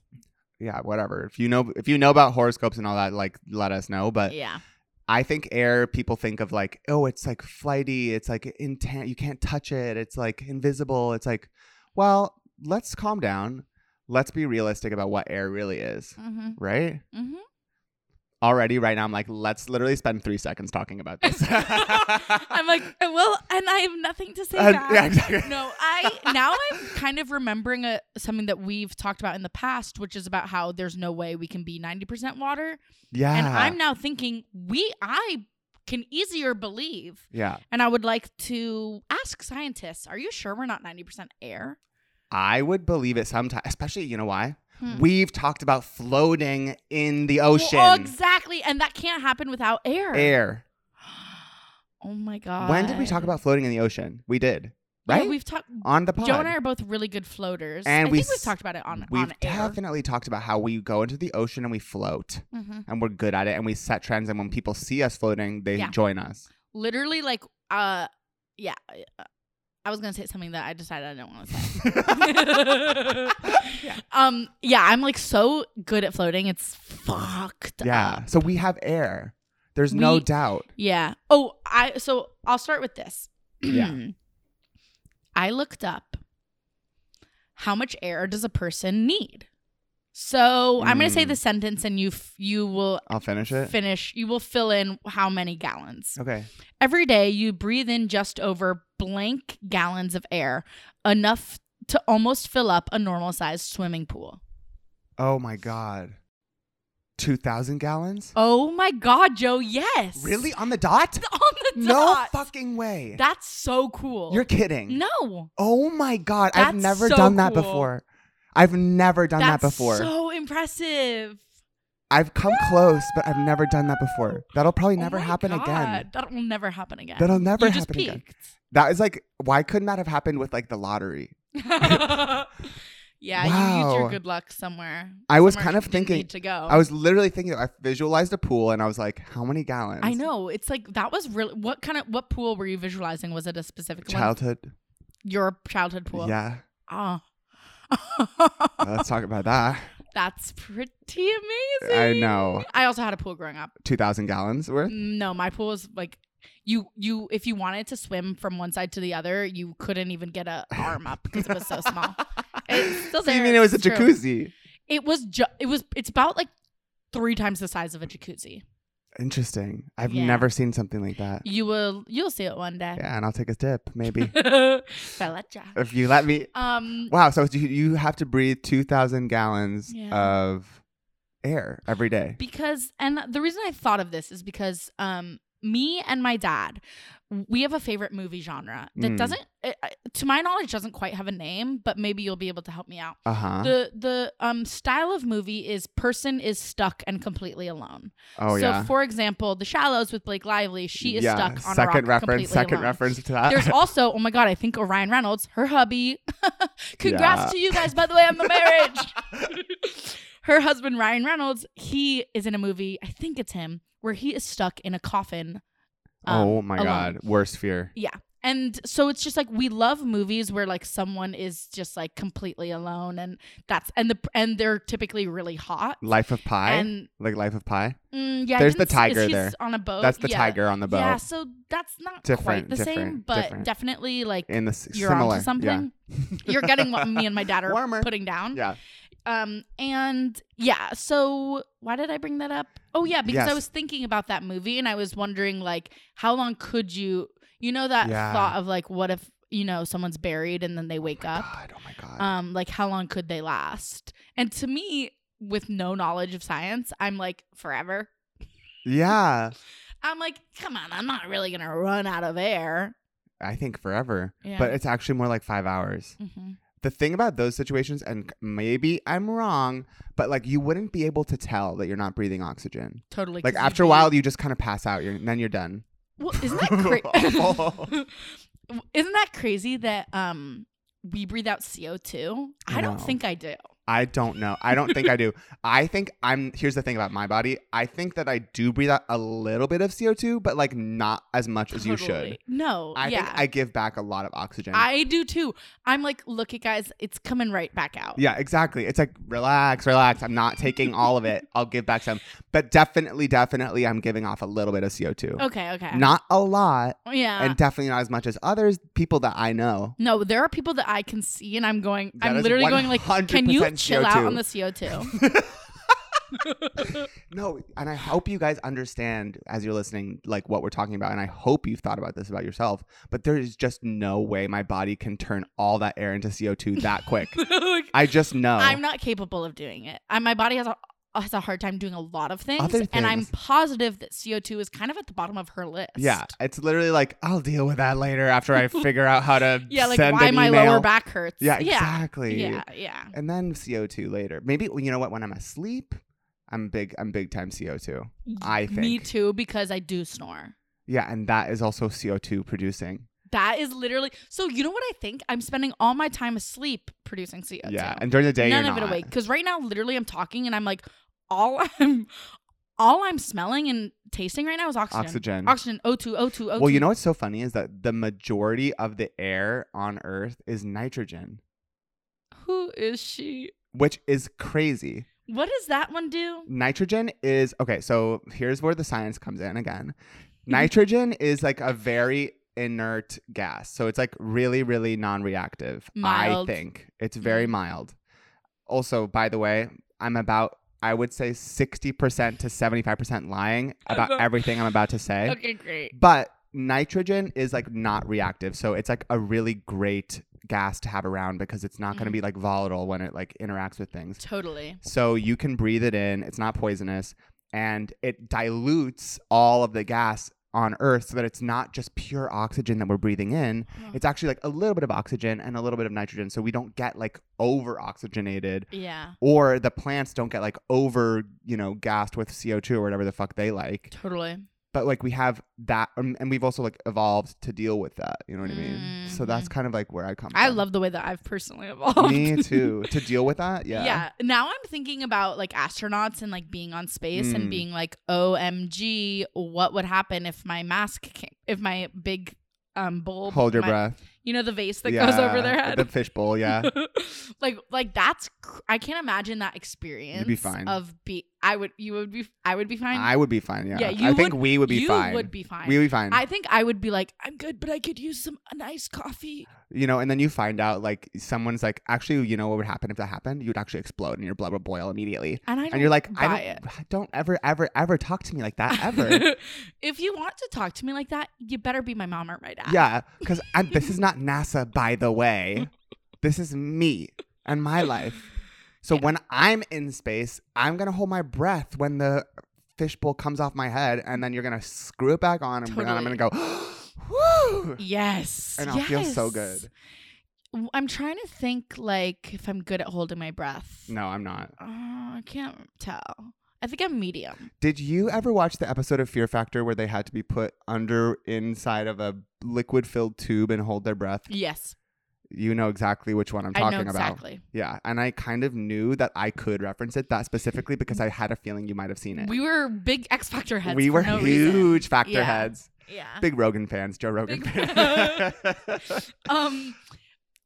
B: Yeah, whatever. If you know if you know about horoscopes and all that, like let us know. But
A: yeah,
B: I think air people think of like oh, it's like flighty, it's like intent, you can't touch it, it's like invisible. It's like well, let's calm down. Let's be realistic about what air really is,
A: mm-hmm,
B: right?
A: mm-hmm.
B: already right now i'm like let's literally spend three seconds talking about this
A: I'm like, well, and I have nothing to say
B: And-
A: back.
B: yeah, exactly.
A: No, I now I'm kind of remembering a, something that we've talked about in the past, which is about how there's no way we can be 90% water,
B: yeah
A: and I'm now thinking we I can easier believe,
B: yeah
A: and I would like to ask scientists: Are you sure we're not 90% air?
B: i would believe it sometimes especially you know why
A: Hmm.
B: we've talked about floating in the
A: Well, oh,
B: ocean
A: exactly, and that can't happen without air.
B: air
A: Oh my god.
B: when did we talk about floating in the ocean we did
A: Yeah,
B: right
A: we've talked.
B: on the pod
A: Joe and I are both really good floaters,
B: And
A: I
B: we
A: think we've
B: s-
A: talked about it on
B: we've
A: on air.
B: definitely talked about how we go into the ocean and we float
A: hmm
B: and we're good at it and we set trends and when people see us floating they
A: Yeah.
B: join us
A: literally like uh yeah uh, I was gonna say something that I decided I didn't want to say. Um, yeah, I'm like so good at floating. It's fucked. up.
B: Yeah. So we have air. There's
A: We-
B: no doubt.
A: Yeah. Oh, I so I'll start with this.
B: Yeah.
A: I looked up how much air does a person need. So I'm going to say
B: Mm.
A: the sentence, and you f- you will
B: I'll finish it.
A: finish. You will fill in how many gallons
B: okay.
A: every day. You breathe in just over blank gallons of air, enough to almost fill up a normal sized swimming pool.
B: Oh my god. Two thousand gallons?
A: Oh my God, Joe! Yes.
B: Really? On the dot?
A: On the
B: No
A: dot.
B: fucking way.
A: That's so cool.
B: You're kidding.
A: no.
B: Oh my god. I've
A: That's
B: never
A: so
B: done that
A: cool.
B: before. I've never done
A: That's
B: that before.
A: So impressive.
B: I've come close, but I've never done that before. That'll probably
A: Oh
B: never
A: my
B: happen again.
A: God, That will never happen again.
B: That'll never
A: you just
B: happen again.
A: peaked.
B: That is like why couldn't that have happened with like the lottery?
A: yeah, you used
B: Wow.
A: your good luck somewhere.
B: I was
A: somewhere
B: kind of
A: it didn't
B: thinking-
A: need to go.
B: I was literally thinking I visualized a pool and I was like, how many gallons?
A: I know. It's like that was really. What kind of what pool were you visualizing? Was it a specific one?
B: Childhood.
A: Your childhood pool.
B: Yeah.
A: Oh.
B: Let's talk about that.
A: That's pretty amazing.
B: I know.
A: I also had a pool growing up.
B: Two thousand gallons worth.
A: No, my pool was like you you if you wanted to swim from one side to the other, you couldn't even get a arm up because it was so small. It's still
B: So you
A: there,
B: mean it was a
A: it's true.
B: jacuzzi?
A: It was ju- it was it's about like three times the size of a jacuzzi.
B: Interesting. I've
A: Yeah.
B: never seen something like that.
A: You will you'll see it one day.
B: Yeah, and I'll take a dip, maybe.
A: Bellezza.
B: if you let me.
A: Um
B: Wow, so you, you have to breathe 2,000 gallons
A: Yeah.
B: of air every day.
A: because and the reason I thought of this is because um me and my dad we have a favorite movie genre that
B: Mm.
A: doesn't it, it- to my knowledge doesn't quite have a name, but maybe you'll be able to help me out.
B: Uh huh.
A: the the um style of movie is person is stuck and completely alone.
B: Oh,
A: so
B: yeah.
A: for example, The Shallows with Blake Lively, she is
B: yeah.
A: stuck on
B: second
A: a rock completely
B: reference, second
A: alone.
B: reference to that.
A: There's also oh my god, I think Orion Reynolds, her hubby. Congrats
B: Yeah.
A: to you guys by the way on the marriage. her husband Ryan Reynolds, he is in a movie, I think it's him, where he is stuck in a coffin. um,
B: oh my
A: alone.
B: God. Worst fear.
A: And so it's just like we love movies where like someone is just like completely alone and that's and the and they're typically really hot.
B: Life of Pi?
A: And
B: like Life of Pi?
A: mm, yeah, I
B: There's the
A: didn't see-
B: tiger
A: is he's
B: there.
A: on a boat.
B: That's the
A: Oh, yeah.
B: tiger on the boat.
A: Yeah, so that's not quite
B: Different,
A: the same,
B: different,
A: but
B: different.
A: definitely like
B: In the s-
A: you're
B: similar.
A: onto something.
B: Yeah.
A: You're getting what me and my dad are
B: Warmer.
A: putting down.
B: Yeah.
A: Um and yeah, so why did I bring that up? Oh yeah, because I
B: Yes.
A: was thinking about that movie and I was wondering like how long could you you know that
B: Yeah.
A: thought of like what if, you know, someone's buried and then they wake up?
B: God, oh my God.
A: um like how long could they last and to me with no knowledge of science i'm like forever
B: yeah.
A: i'm like come on i'm not really gonna run out of air
B: I think forever.
A: Yeah.
B: But it's actually more like five hours.
A: mm-hmm.
B: the thing about those situations, and c- maybe I'm wrong, but like you wouldn't be able to tell that you're not breathing oxygen.
A: totally
B: Like
A: 'cause you'd
B: after a
A: be-
B: while, you just kind of pass out. You're, and then you're done.
A: well, isn't that crazy
B: Awful.
A: isn't that crazy that um we breathe out co2 i don't
B: No.
A: think i do
B: I don't know. I don't think I do. I think I'm. Here's the thing about my body. I think that I do breathe out a little bit of CO2, but like not as much as you should.
A: Totally. no
B: I
A: yeah
B: think I give back a lot of oxygen.
A: I do too i'm like look it guys it's coming right back out
B: Yeah, exactly. It's like relax, relax. I'm not taking all of it. I'll give back some, but definitely, definitely, I'm giving off a little bit of CO2.
A: okay okay
B: Not a lot,
A: yeah
B: and definitely not as much as others people that I know.
A: No, there are people that I can see, and I'm going.
B: That
A: I'm
B: is
A: literally going like, can you
B: 100%
A: chill out
B: CO2.
A: on the CO2?
B: No, and I hope you guys understand as you're listening, like what we're talking about, and I hope you've thought about this about yourself. But there is just no way my body can turn all that air into CO2 that quick.
A: Like,
B: I just know.
A: I'm not capable of doing it. I, my body has a has a hard time doing a lot of things,
B: Other
A: and I'm
B: things.
A: positive that CO2 is kind of at the bottom of her list.
B: yeah, it's literally like I'll deal with that later after I figure out how to
A: yeah, like
B: send
A: why
B: an
A: my
B: email.
A: lower back hurts.
B: Yeah, exactly.
A: yeah, yeah.
B: and then CO2 later. Maybe you know what? When I'm asleep, I'm big. I'm big time CO2. I think.
A: Me too, because I do snore.
B: Yeah, and that is also CO2 producing.
A: That is literally so. You know what I think? I'm spending all my time asleep producing CO2.
B: Yeah, and during the day,
A: none
B: you're
A: of
B: not.
A: it awake because right now literally i'm talking and i'm like all i'm all I'm smelling and tasting right now is oxygen.
B: Oxygen.
A: Oxygen, O2, O2, O2.
B: Well, you know what's so funny is that the majority of the air on Earth is nitrogen,
A: Who is she?
B: which is crazy.
A: What does that one do?
B: Nitrogen is okay, so here's where the science comes in again. Nitrogen is like a very inert gas. So it's like really, really non reactive. I
A: Mild.
B: think it's very mild. Also, by the way, I'm about, I would say 60% to 75% lying about
A: About-
B: everything I'm about to say.
A: Okay, great.
B: But nitrogen is like not reactive. So it's like a really great gas to have around because it's not going to
A: Mhm.
B: be like volatile when it like interacts with things.
A: Totally.
B: So you can breathe it in. It's not poisonous and it dilutes all of the gas on Earth so that it's not just pure oxygen that we're breathing in.
A: Huh.
B: It's actually like a little bit of oxygen and a little bit of nitrogen. So we don't get like over oxygenated
A: Yeah,
B: or the plants don't get like over, you know, gassed with CO2 or whatever the fuck they like.
A: totally.
B: But like we have that um, and we've also like evolved to deal with that. You know what I mean? So that's kind of like where I come
A: Mm-hmm. I
B: from.
A: love the way that I've personally evolved.
B: me too. to deal with that? Yeah.
A: Now I'm thinking about like astronauts and like being on space
B: Mm.
A: and being like, OMG, what would happen if my mask, came, if my big um bulb,
B: Hold your
A: my-
B: breath.
A: you know, the vase that goes over their
B: Yeah,
A: head,
B: The fishbowl, yeah.
A: like like that's cr- I can't imagine that experience.
B: fine.
A: Of be I would you would be I would be fine.
B: I would be fine, yeah.
A: Yeah, you
B: I think we would be
A: you
B: fine.
A: would be fine.
B: We would be fine.
A: I think I would be like I'm good, but I could use some a nice coffee.
B: you know, and then you find out like someone's like, actually, you know what would happen if that happened? You'd actually explode and your blood would boil immediately.
A: And I
B: and you're like, I
A: buy
B: don't,
A: it.
B: don't ever, ever, ever talk to me like that ever.
A: if you want to talk to me like that, you better be my mom or my dad.
B: yeah, because this is not NASA, by the way. This is me and my life. So when I'm in space, I'm gonna hold my breath when the fishbowl comes off my head, and then you're gonna screw it back on, and, and I'm
A: Totally.
B: gonna go, woo,
A: Yes.
B: and I'll feel so
A: yes.
B: good.
A: W- I'm trying to think like if I'm good at holding my breath.
B: No, I'm not.
A: Uh, I can't tell. I think I'm medium.
B: Did you ever watch the episode of Fear Factor where they had to be put under inside of a liquid filled tube and hold their breath?
A: Yes.
B: You know exactly which one I'm
A: I
B: talking
A: know
B: about.
A: exactly.
B: Yeah. And I kind of knew that I could reference it that specifically because I had a feeling you might have seen it.
A: We were big X Factor heads.
B: We
A: for
B: were
A: no
B: huge
A: Reason.
B: Factor
A: Yeah.
B: heads.
A: Yeah.
B: Big Rogan fans, Joe Rogan
A: Big-
B: fans.
A: Um.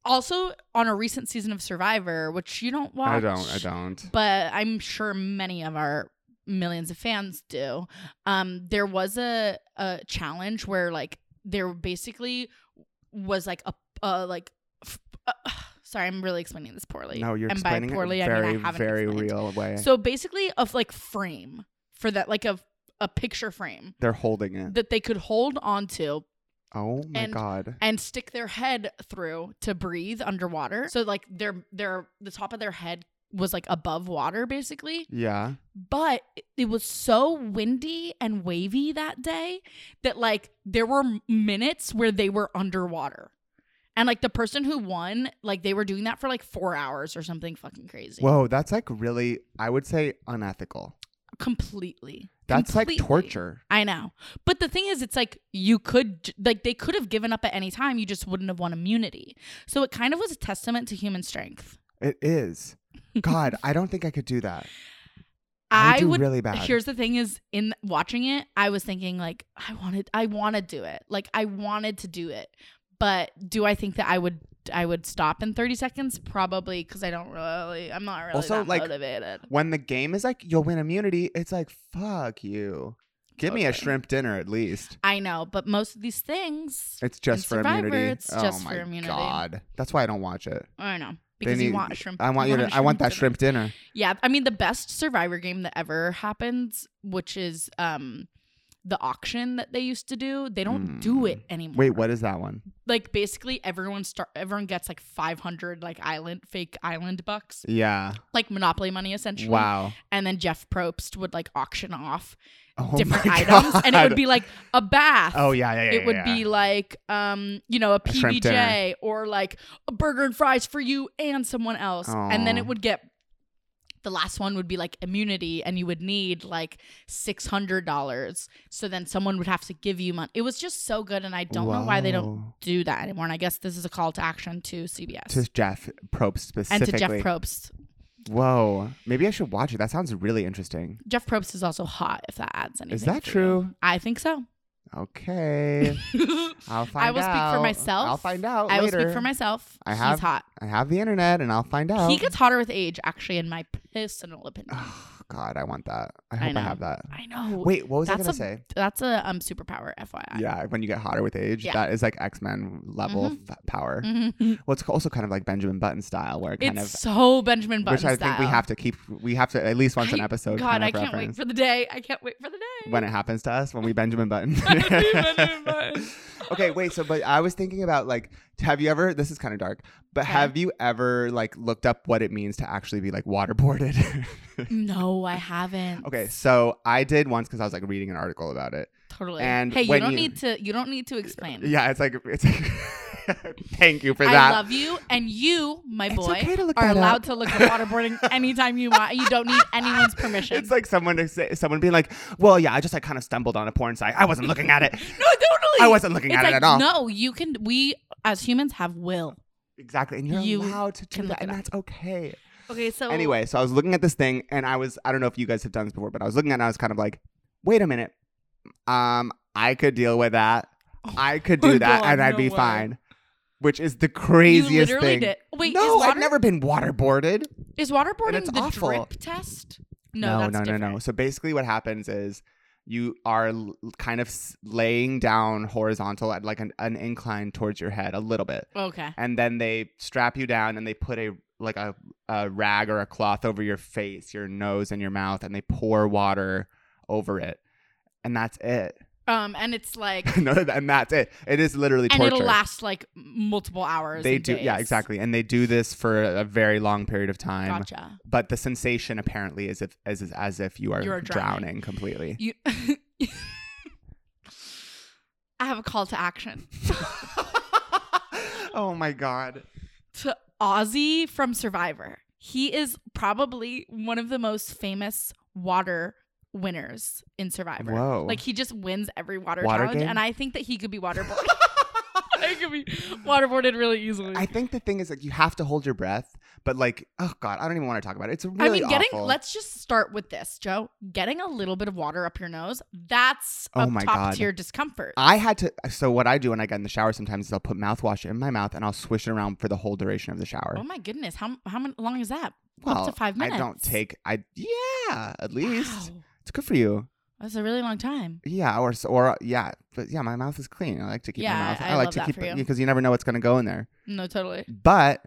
A: Also, on a recent season of Survivor, which you don't watch.
B: I don't. I don't.
A: but I'm sure many of our millions of fans do. Um, there was a a challenge where like there basically was like a uh, like f- uh, sorry, I'm really explaining this poorly.
B: No, you're
A: and
B: explaining
A: by poorly,
B: it in a
A: I
B: very,
A: mean, I haven't
B: very
A: explained.
B: real way.
A: So basically, of like frame for that, like a a picture frame
B: They're holding it.
A: that they could hold onto
B: oh my
A: and-
B: god.
A: and stick their head through to breathe underwater. So like their their the top of their head was like above water basically
B: Yeah.
A: but it was so windy and wavy that day that like there were minutes where they were underwater and like the person who won like they were doing that for like four hours or something fucking crazy
B: Whoa, that's like really. I would say unethical.
A: completely
B: That's
A: Completely.
B: like torture.
A: i know but the thing is it's like you could j- like they could have given up at any time you just wouldn't have won immunity so it kind of was a testament to human strength
B: It is. God, I don't think I could do that. I,
A: i,
B: do
A: would
B: really bad.
A: Here's the thing is in watching it, I was thinking like I wanted I want to do it. Like I wanted to do it. But do I think that I would I would stop in 30 seconds? Probably cuz I don't really I'm not really
B: Also,
A: that
B: like,
A: motivated.
B: when the game is like you'll win immunity, it's like fuck you. Give me a
A: Totally.
B: shrimp dinner at least.
A: I know, but most of these things
B: It's just for
A: Survivor,
B: immunity.
A: it's
B: oh
A: just
B: my
A: for immunity.
B: god, that's why I don't watch it.
A: I don't know.
B: They
A: Because you
B: need-
A: want shrimp.
B: I want you
A: a
B: to. I want that
A: dinner.
B: shrimp dinner.
A: Yeah, I mean the best survivor game that ever happens, which is um the auction that they used to do. They don't do
B: Mm.
A: it anymore.
B: Wait, what is that one?
A: like basically everyone start everyone gets like 500 like island fake island bucks
B: Yeah.
A: like monopoly money essentially
B: Wow.
A: and then jeff probst would like auction off
B: Oh
A: different
B: my
A: items and it
B: God.
A: would be like a bath
B: Oh yeah, yeah, yeah.
A: it would
B: yeah,
A: be like um you know a
B: shrimp
A: pbj
B: dinner.
A: or like a burger and fries for you and someone else and then
B: Aw.
A: it would get the last one would be like immunity and you would need like $600 so then someone would have to give you money it was just so good and i don't know why they don't
B: Whoa.
A: do that anymore. And I guess this is a call to action to CBS
B: To Jeff Probst specifically.
A: and to Jeff Probst.
B: Whoa. Maybe I should watch it. That sounds really interesting.
A: Jeff Probst is also hot. If that adds anything,
B: Is that
A: for you.
B: true?
A: I think so.
B: Okay. I'll find out.
A: I will speak for myself.
B: I'll find out.
A: I will
B: later.
A: speak for myself.
B: I have-
A: He's hot.
B: I have the internet and I'll find out.
A: He gets hotter with age, actually, in my personal opinion.
B: Oh, God, I want that.
A: I
B: I hope I,
A: know.
B: have that.
A: I know.
B: Wait, what was I
A: that's
B: gonna
A: a
B: say?
A: that's a um superpower, FYI.
B: Yeah, when you get hotter with age,
A: Yeah. Mm-hmm.
B: that is like X Men level f- power.
A: Mhm.
B: Well, it's also kind of like Benjamin Button style, where it kind
A: it's
B: of
A: so Benjamin Button
B: which I
A: style.
B: think we have to keep. We have to at least once an
A: I-
B: episode.
A: God,
B: kind of
A: I can't wait
B: reference
A: for the day. I can't wait for the day.
B: when it happens to us when we Benjamin Button.
A: We Benjamin Button.
B: okay, wait. So, but I was thinking about like, have you ever? This is kind of dark, but
A: Okay.
B: have you ever like looked up what it means to actually be like waterboarded?
A: no, I haven't.
B: okay, so I did once because I was like reading an article about it.
A: Totally.
B: and
A: hey, you
B: when
A: don't
B: you- Uh,
A: need to. You don't need to explain.
B: Yeah, it's like it's. Like, thank you for
A: I
B: that.
A: love you, and you, my
B: It's
A: boy,
B: okay to look
A: are
B: that
A: allowed
B: up.
A: to look at waterboarding anytime you want. You don't need anyone's permission.
B: It's like someone to say, someone being like, "Well, yeah, I just like kind of stumbled on a porn site. I wasn't looking at it.
A: no, totally.
B: I wasn't looking
A: It's
B: at
A: like,
B: it at all."
A: No, you can. We as humans have will.
B: Exactly, and you're
A: You
B: allowed to
A: can
B: do that,
A: look it
B: and
A: up.
B: that's okay.
A: Okay, so
B: Anyway, so I was looking at this thing, and I was—I don't know if you guys have done this before, but I was looking at, it and I was kind of like, "Wait a minute, um, I could deal with that. I could
A: my
B: do that,
A: God,
B: and I'd
A: Oh, no
B: be
A: way.
B: fine." Which is the
A: you
B: craziest
A: literally
B: thing.
A: did. Wait,
B: no,
A: is, water,
B: I've never been waterboarded.
A: is
B: and it's
A: waterboarding the
B: awful.
A: drip test? No,
B: no,
A: that's
B: no,
A: different.
B: no, no. So basically, what happens is you are l- kind of s- laying down horizontal at like an, an incline towards your head a little bit,
A: Okay.
B: and then they strap you down and they put a like a, a rag or a cloth over your face, your nose, and your mouth, and they pour water over it, and that's it.
A: Um, and it's like,
B: no, and that's it. It is literally
A: and
B: torture.
A: it'll last like m- multiple hours.
B: they
A: and
B: do, yeah,
A: days.
B: exactly, and they do this for a very long period of time.
A: Gotcha.
B: But the sensation apparently is if is, is as if you are,
A: You are drowning.
B: drowning completely.
A: You. I have a call to action.
B: oh my god.
A: to Ozzy from Survivor. He is probably one of the most famous water winners in Survivor.
B: Whoa.
A: Like he just wins every water,
B: Water
A: challenge,
B: game?
A: and I think that he could be waterboarded. I could be waterboarded really easily.
B: I think the thing is like you have to hold your breath, but like oh god, I don't even want to talk about it. It's
A: I
B: really
A: mean, getting.
B: awful.
A: Let's just start with this, Joe. Getting a little bit of water up your nose—that's
B: Oh
A: a
B: my
A: top
B: God. Uh,
A: tier discomfort.
B: I had to so what I do when I get in the shower sometimes is I'll put mouthwash in my mouth and I'll swish it around for the whole duration of the shower.
A: oh my goodness, how how mon- long is that?
B: well,
A: up to five minutes.
B: I don't take I yeah, at least.
A: Wow.
B: It's good for you.
A: that's a really long time.
B: Yeah, or s- or yeah, but yeah, my mouth is clean. I like to keep
A: Yeah,
B: my mouth.
A: I
B: like
A: love
B: to
A: that
B: keep
A: for you.
B: because you never know what's going to go in there.
A: No, totally.
B: But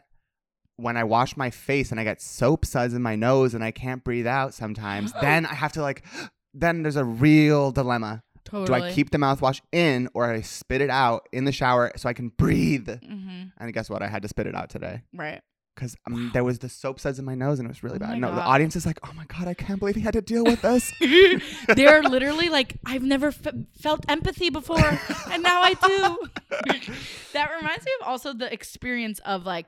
B: when I wash my face and I get soap suds in my nose and I can't breathe out sometimes, then I have to like, then there's a real dilemma.
A: Totally.
B: Do I keep the mouthwash in or I spit it out in the shower so I can breathe?
A: hmm
B: And guess what? I had to spit it out today
A: Right.
B: because um, there was the soap suds in my nose and it was really
A: Oh my
B: bad. No, the
A: God.
B: audience is like, oh my God, I can't believe he had to deal with this.
A: They're literally like, I've never f- felt empathy before, and now I do. that reminds me of also the experience of like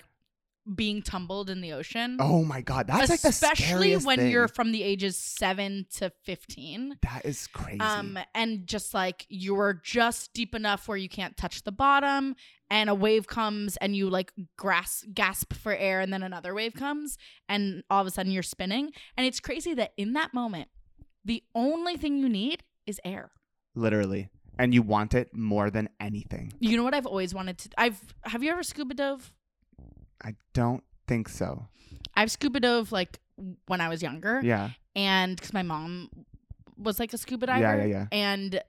A: being tumbled in the ocean.
B: oh my God. That's like the
A: especially
B: scariest
A: when
B: thing.
A: you're from the ages seven to fifteen.
B: That is crazy.
A: Um, and just like you're just deep enough where you can't touch the bottom, and a wave comes and you like grasp gasp for air, and then another wave comes, and all of a sudden you're spinning. And it's crazy that in that moment, the only thing you need is air.
B: Literally. And you want it more than anything.
A: You know what I've always wanted to I've have you ever scuba dove?
B: I don't think so.
A: I've scuba dove like when I was younger.
B: Yeah.
A: and because my mom was like a scuba
B: Yeah,
A: diver.
B: yeah, yeah.
A: And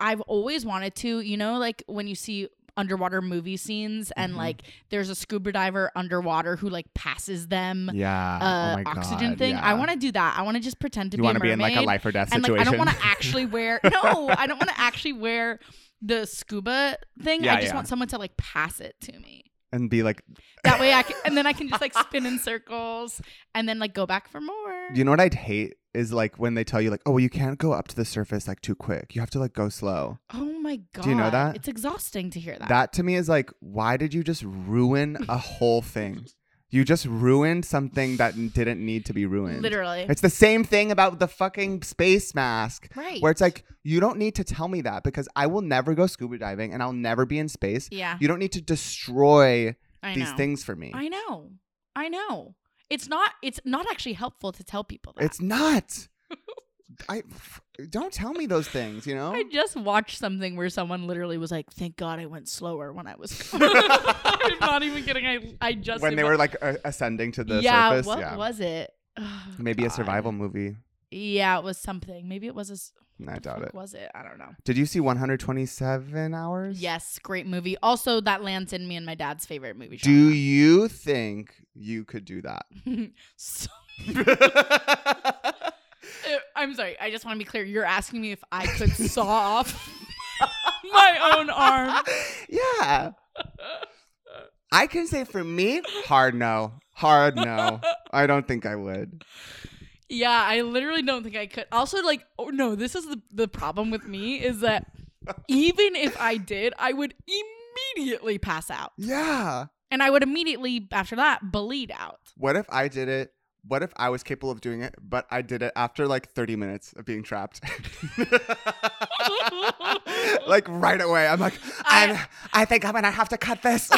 A: I've always wanted to, you know, like when you see underwater movie scenes and
B: Mhm.
A: like there's a scuba diver underwater who like passes them
B: Yeah.
A: uh,
B: oh my
A: oxygen
B: God,
A: thing.
B: Yeah.
A: I want to do that. I want to just pretend to
B: You
A: be a
B: want to
A: mermaid.
B: be in like a life or death
A: and like
B: situation.
A: I don't want to actually wear no, I don't want to actually wear the scuba thing.
B: Yeah,
A: I just
B: yeah.
A: want someone to like pass it to me.
B: and be like,
A: That way I can and then I can just like spin in circles and then like go back for more.
B: you know what I'd hate is like when they tell you like, oh, well, you can't go up to the surface like too quick. You have to like go slow.
A: Oh my god!
B: Do you know that?
A: It's exhausting to hear that.
B: That to me is like, why did you just ruin a whole thing? You just ruined something that n- didn't need to be ruined.
A: Literally.
B: It's the same thing about the fucking space mask.
A: Right.
B: Where it's like, you don't need to tell me that because I will never go scuba diving and I'll never be in space.
A: yeah.
B: You don't need to destroy
A: I
B: these
A: know.
B: things for me.
A: I know. I know. It's not. It's not actually helpful to tell people that.
B: It's not. I don't tell me those things, you know.
A: I just watched something where someone literally was like, "Thank God I went slower when I was." I'm not even kidding. I I just
B: when they
A: ima-
B: were like uh, ascending to the
A: yeah.
B: surface,
A: what
B: yeah,
A: was it? Oh,
B: maybe a
A: God.
B: survival movie.
A: Yeah, it was something. Maybe it was a. s-
B: I
A: what the
B: doubt
A: fuck
B: it.
A: Was it? I don't know.
B: Did you see 127 hours?
A: Yes, great movie. Also, that lands in me and my dad's favorite movie.
B: Do you think you could do that?
A: genre. So- Uh, I'm sorry. I just want to be clear. You're asking me if I could saw off my own arm.
B: yeah. I can say for me, hard no. Hard no. I don't think I would.
A: Yeah, I literally don't think I could. Also, like, oh no, this is the, the problem with me is that even if I did, I would immediately pass out.
B: Yeah.
A: And I would immediately, after that, bleed out.
B: What if I did it? What if I was capable of doing it, but I did it after like 30 minutes of being trapped? like right away. I'm like,
A: I-
B: I'm, I think I'm going to have to cut this.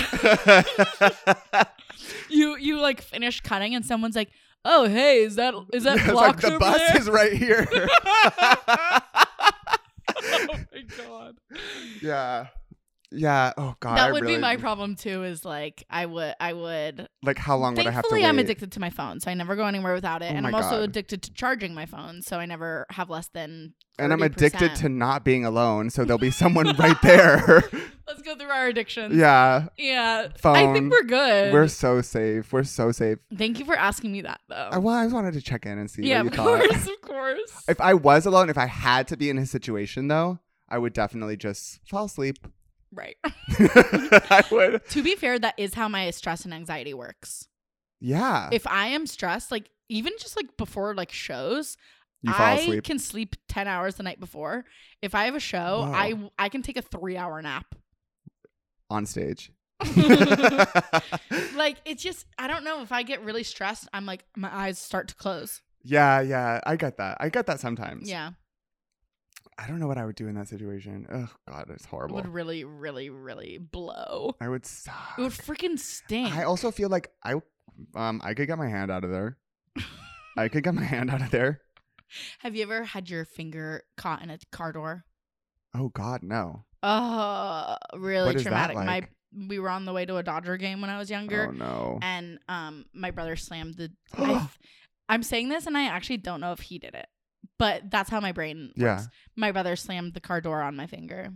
A: You you like finish cutting and someone's like, Oh hey, is that is that
B: It's
A: blocked
B: the
A: over
B: bus
A: there?
B: is right here.
A: oh my god.
B: yeah. Yeah. Oh God. I
A: that would
B: really-
A: be my problem too, is like I would I would
B: Like, how long would I have to
A: Thankfully,
B: wait?
A: I'm addicted to my phone, so I never go anywhere without it.
B: Oh
A: and I'm
B: my
A: also
B: God.
A: addicted to charging my phone, so I never have less than. 30%.
B: and I'm addicted to not being alone, so there'll be someone right there.
A: Let's go through our addictions. Yeah,
B: yeah.
A: I
B: Phone.
A: think we're good.
B: We're so safe. We're so safe.
A: Thank you for asking me that, though.
B: I, well, I just wanted to check in and see
A: yeah,
B: what you
A: of
B: thought.
A: course, of course.
B: If I was alone, if I had to be in his situation, though, I would definitely just fall asleep.
A: right.
B: I would.
A: to be fair, that is how my stress and anxiety works.
B: Yeah.
A: If I am stressed, like even just like before like shows,
B: you fall
A: I
B: asleep.
A: can sleep ten hours the night before. If I have a show,
B: Wow.
A: I I can take a three hour nap.
B: on stage.
A: like it's just I don't know if I get really stressed, I'm like my eyes start to close.
B: yeah, yeah, I get that. I get that sometimes.
A: Yeah,
B: I don't know what I would do in that situation. Oh God, it's
A: it
B: horrible.
A: would really, really, really blow.
B: I would suck.
A: It would freaking stink.
B: I also feel like I, um, I could get my hand out of there. I could get my hand out of there.
A: Have you ever had your finger caught in a car door?
B: Oh God, no.
A: Oh, really
B: What is that
A: traumatic.
B: like?
A: My we were on the way to a Dodger game when I was younger,
B: Oh no.
A: and um, my brother slammed the. I th- I'm saying this, and I actually don't know if he did it, but that's how my brain.
B: Yeah.
A: works. my brother slammed the car door on my finger.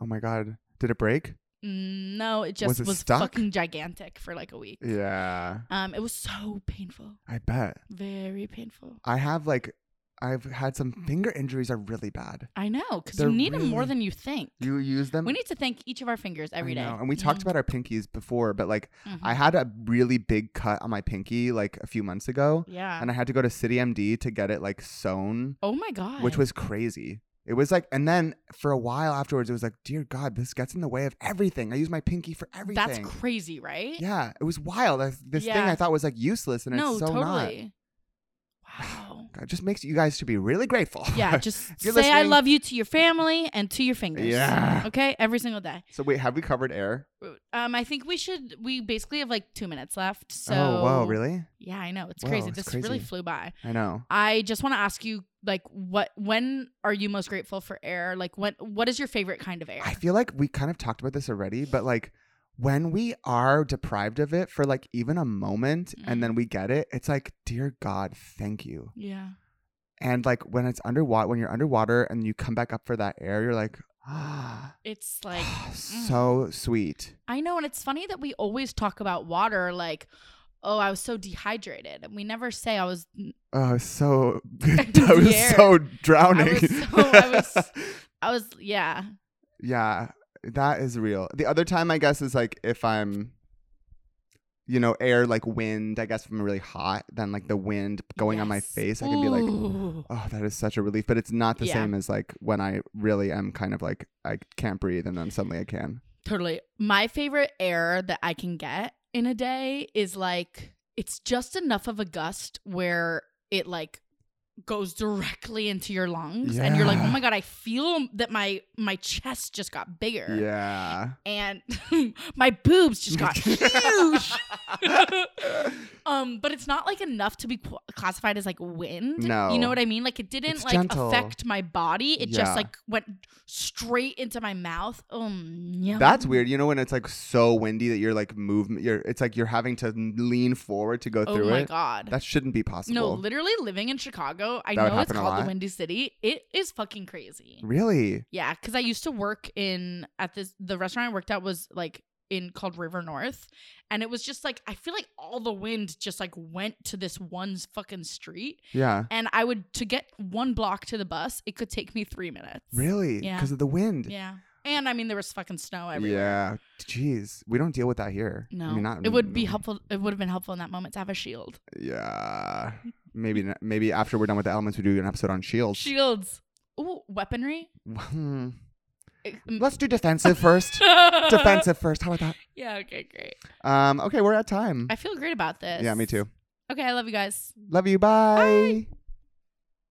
B: Oh my God. Did it break?
A: Mm, No, it just
B: Was
A: was,
B: it stuck?
A: fucking gigantic for like a week.
B: Yeah.
A: Um, it was so painful,
B: I bet.
A: very painful.
B: I have like, I've had some finger injuries are really bad.
A: I know, because
B: They're
A: you need them more
B: really-
A: than you think.
B: You use them.
A: we need to thank each of our fingers every day.
B: I know. And we talked about our pinkies before, but like
A: Mhm.
B: I had a really big cut on my pinky like a few months ago,
A: yeah.
B: and I had to go to City MD to get it like sewn,
A: oh my god.
B: which was crazy. It was like, and then for a while afterwards, it was like, dear God, this gets in the way of everything. I use my pinky for everything.
A: that's crazy, right?
B: yeah, it was wild. I, this thing
A: Yeah.
B: I thought was like useless, and
A: no,
B: it's so not.
A: totally. Wow.
B: God, It just makes you guys should be really grateful.
A: yeah, just say
B: you're
A: I
B: listening-
A: love you to your family and to your fingers.
B: yeah.
A: Okay, every single day.
B: So wait, have we covered air?
A: Um, I think we should. We basically have like two minutes left. So.
B: oh wow, really?
A: Yeah, I know it's
B: Wow,
A: crazy.
B: it's
A: this really
B: crazy.
A: flew by.
B: I know.
A: I just want to ask you, like, what, when are you most grateful for air? Like, when, what is your favorite kind of air?
B: I feel like we kind of talked about this already, but like when we are deprived of it for like even a moment
A: Mm-hmm.
B: and then we get it, it's like, dear God, thank you.
A: yeah.
B: And like when it's underwater, when you're underwater and you come back up for that air, you're like, ah,
A: It's like, mm.
B: so sweet.
A: I know. And it's funny that we always talk about water, like, oh, I was so dehydrated. And we never say I was,
B: Oh, so
A: The
B: I was
A: air.
B: so drowning.
A: so- I was- I was, yeah.
B: yeah, that is real. The other time, I guess, is like if I'm, you know, air like wind. I guess if I'm really hot, then like the wind going on my
A: Yes.
B: face, I can be like,
A: Ooh.
B: oh, that is such a relief. But it's not the
A: Yeah.
B: same as like when I really am kind of like I can't breathe, and then suddenly I can.
A: Totally. My favorite air that I can get in a day is like it's just enough of a gust where it like goes directly into your lungs and you're like,
B: Yeah.
A: "Oh my god, I feel that my my chest just got bigger."
B: Yeah.
A: and my boobs just got huge. um, but it's not like enough to be qu- classified as like wind.
B: No.
A: you know what I mean. Like it didn't
B: It's
A: like
B: gentle.
A: affect my body. It
B: Yeah.
A: just like went straight into my mouth. Um, yeah.
B: That's weird. You know when it's like so windy that you're like move you're it's like you're having to lean forward to go
A: oh
B: through
A: my
B: it.
A: god.
B: That shouldn't be possible.
A: no, literally living in Chicago, I
B: That would
A: know it's
B: happen a
A: called
B: lot.
A: the Windy City. It is fucking crazy.
B: really?
A: Yeah, because I used to work in at this the restaurant I worked at was like in called River North, and it was just like I feel like all the wind just like went to this one fucking street,
B: Yeah.
A: and I would to get one block to the bus, it could take me three minutes.
B: Really?
A: Yeah.
B: Because of the wind.
A: Yeah, and I mean there was fucking snow everywhere.
B: Yeah. Jeez. We don't deal with that here.
A: No,
B: I mean, not
A: it would be
B: no.
A: helpful. It would have been helpful in that moment to have a shield.
B: Yeah. Maybe n- maybe after we're done with the elements we do an episode on shields.
A: Shields. Ooh, weaponry.
B: Hmm.
A: Eh,
B: Let's do defensive first. defensive first. How about
A: Yeah. Okay. Great.
B: that? Um okay, we're at time.
A: I feel great about this.
B: Yeah, me too.
A: Okay. I love you guys.
B: Love you. Bye.